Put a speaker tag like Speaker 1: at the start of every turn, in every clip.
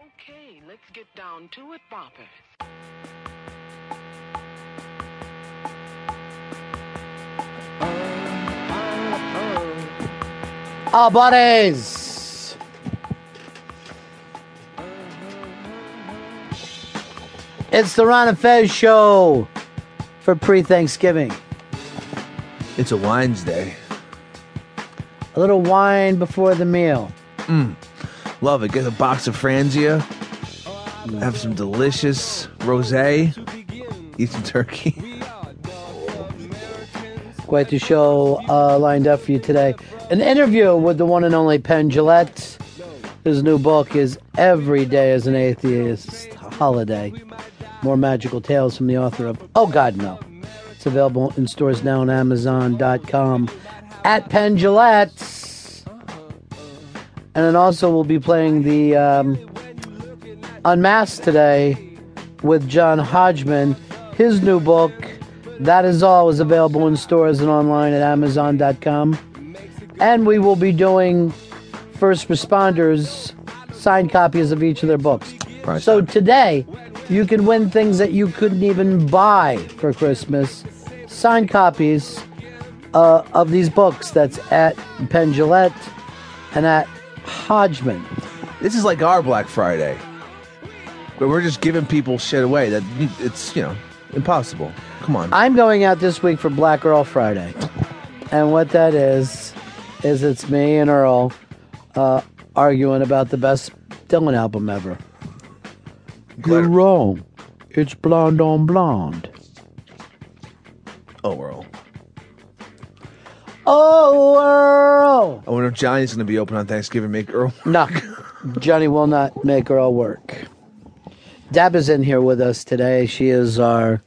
Speaker 1: Okay, let's get down to it, Bopper.
Speaker 2: Our bodies. It's the Ron and Fez show for pre Thanksgiving.
Speaker 3: It's a wines day.
Speaker 2: A little wine before the meal.
Speaker 3: Love it. Get a box of Franzia. Have some delicious rosé. Eat some turkey.
Speaker 2: Quite the show uh, lined up for you today. An interview with the one and only Penn Gillette. His new book is Every Day is an Atheist Holiday. More magical tales from the author of Oh God No. It's available in stores now on Amazon.com at Penn Gillette. And then also we'll be playing the um, Unmasked today with John Hodgman. His new book, That Is All, is available in stores and online at Amazon.com. And we will be doing first responders signed copies of each of their books.
Speaker 3: Price
Speaker 2: so
Speaker 3: tag.
Speaker 2: today, you can win things that you couldn't even buy for Christmas. Signed copies uh, of these books. That's at Penn Gillette and at Hodgman.
Speaker 3: This is like our Black Friday. But we're just giving people shit away that it's, you know, impossible. Come on.
Speaker 2: I'm going out this week for Black Earl Friday. And what that is, is it's me and Earl uh, arguing about the best Dylan album ever. You're
Speaker 3: Glad-
Speaker 2: wrong. It's Blonde on Blonde.
Speaker 3: oh, Earl.
Speaker 2: Oh, Earl!
Speaker 3: I wonder if Johnny's going to be open on Thanksgiving. Make Earl.
Speaker 2: No, Johnny will not make Earl work. Deb is in here with us today. She is our.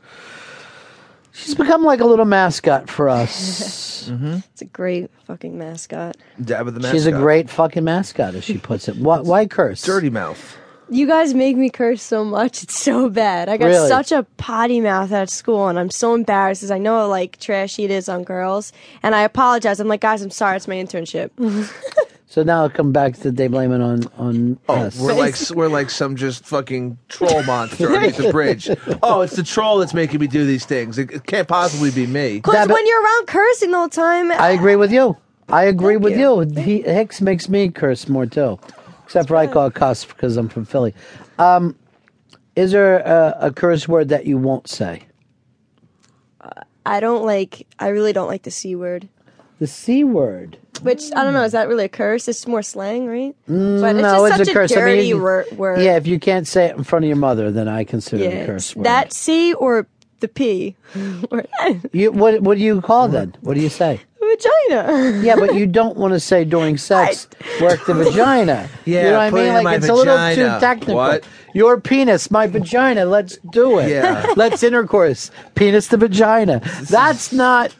Speaker 2: She's become like a little mascot for us.
Speaker 4: It's a great fucking mascot.
Speaker 3: Dab of the mascot.
Speaker 2: She's a great fucking mascot, as she puts it. Why, why curse?
Speaker 3: dirty mouth.
Speaker 4: You guys make me curse so much. It's so bad. I got
Speaker 2: Really?
Speaker 4: such a potty mouth at school, and I'm so embarrassed because I know how like trashy it is on girls. And I apologize. I'm like, guys, I'm sorry. It's my internship.
Speaker 2: So now I'll come back to they blame it on on uh, us.
Speaker 3: We're like we're like some just fucking troll monster underneath the bridge. Oh, it's the troll that's making me do these things. It, it can't possibly be me.
Speaker 4: Because
Speaker 2: Dab it.
Speaker 4: when you're around cursing the whole time,
Speaker 2: I agree with you. I agree with you.
Speaker 4: you.
Speaker 2: He, Hicks makes me curse more too, except for I call it cuss because I'm from Philly. Um, is there a, a curse word that you won't say?
Speaker 4: I don't like. I really don't like the c word.
Speaker 2: The c word.
Speaker 4: Which I don't know. Is that really a curse? It's more slang, right? but
Speaker 2: Mm, no, it's
Speaker 4: such
Speaker 2: a curse. I mean,
Speaker 4: dirty
Speaker 2: you-
Speaker 4: wor- word.
Speaker 2: Yeah, if you can't say it in front of your mother, then I consider
Speaker 4: Yeah,
Speaker 2: it a curse
Speaker 4: it's
Speaker 2: word.
Speaker 4: that c or the p or
Speaker 2: You, what what do you call then? What do you say?
Speaker 4: vagina.
Speaker 2: Yeah, but you don't want to say during sex, work the vagina.
Speaker 3: Yeah,
Speaker 2: you know what I
Speaker 3: put it
Speaker 2: mean.
Speaker 3: in
Speaker 2: Like
Speaker 3: my
Speaker 2: it's a little
Speaker 3: vagina.
Speaker 2: too technical.
Speaker 3: What?
Speaker 2: Your penis, my vagina. Let's do it.
Speaker 3: Yeah.
Speaker 2: let's intercourse. Penis to vagina. That's not.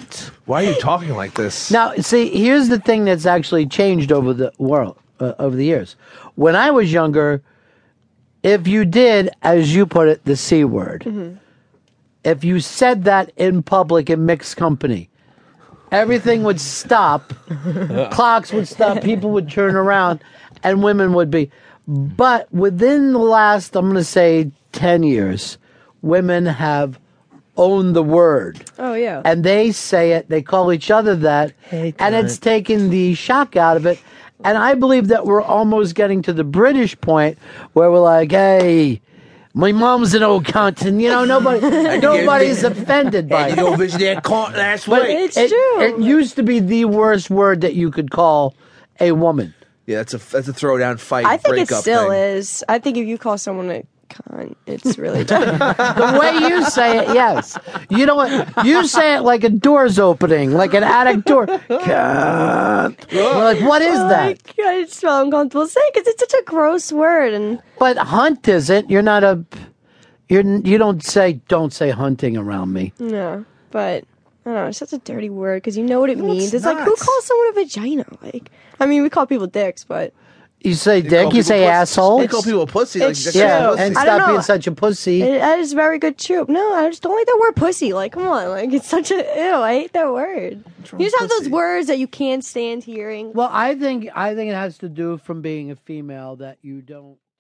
Speaker 3: Why are you talking like this?
Speaker 2: Now, see, here's the thing that's actually changed over the world uh, over the years. When I was younger, if you did, as you put it, the c word, if you said that in public in mixed company, everything would stop, clocks would stop, people would turn around, and women would be. But within the last, I'm going to say, ten years, women have owned the word
Speaker 4: Oh yeah.
Speaker 2: and they say it. They call each other that, and it's taken the shock out of it. And I believe that we're almost getting to the British point where we're like, "Hey, my mom's an old cunt," and you know nobody nobody's offended by it.
Speaker 3: go visit that court last
Speaker 4: It's-
Speaker 2: it,
Speaker 4: true.
Speaker 2: It used to be the worst word that you could call a woman.
Speaker 3: Yeah, that's a that's a throwdown fight.
Speaker 4: I think it
Speaker 3: breakup
Speaker 4: still
Speaker 3: thing.
Speaker 4: is. I think if you call someone a con, it's really dumb.
Speaker 2: The way you say it, yes. You know what? You say it like a door's opening, like an attic door. Cunt. We're like, what is that?
Speaker 4: like, I just feel uncomfortable saying because it's such a gross word. And
Speaker 2: But hunt isn't. You're not a. You're you don't say don't say hunting around me.
Speaker 4: no, but I don't know. It's such a dirty word because you know what it means.
Speaker 3: it's
Speaker 4: It's, like who
Speaker 3: not.
Speaker 4: calls someone a vagina? Like, I mean, we call people dicks, but
Speaker 2: You say
Speaker 3: They
Speaker 2: dick.
Speaker 3: call
Speaker 2: You
Speaker 3: people
Speaker 2: say
Speaker 3: pussy.
Speaker 2: asshole.
Speaker 3: They call people pussy. Like,
Speaker 4: It's
Speaker 3: that's
Speaker 2: yeah,
Speaker 3: pussy.
Speaker 2: and
Speaker 4: I
Speaker 2: stop
Speaker 4: don't know.
Speaker 2: being such a pussy.
Speaker 4: it, that is very good troop. No, I just don't like that word pussy. Like, come on, like it's such a ew. I hate that word. You just have
Speaker 3: pussy?
Speaker 4: those words that you can't stand hearing.
Speaker 2: well, I think I think it has to do from being a female that you don't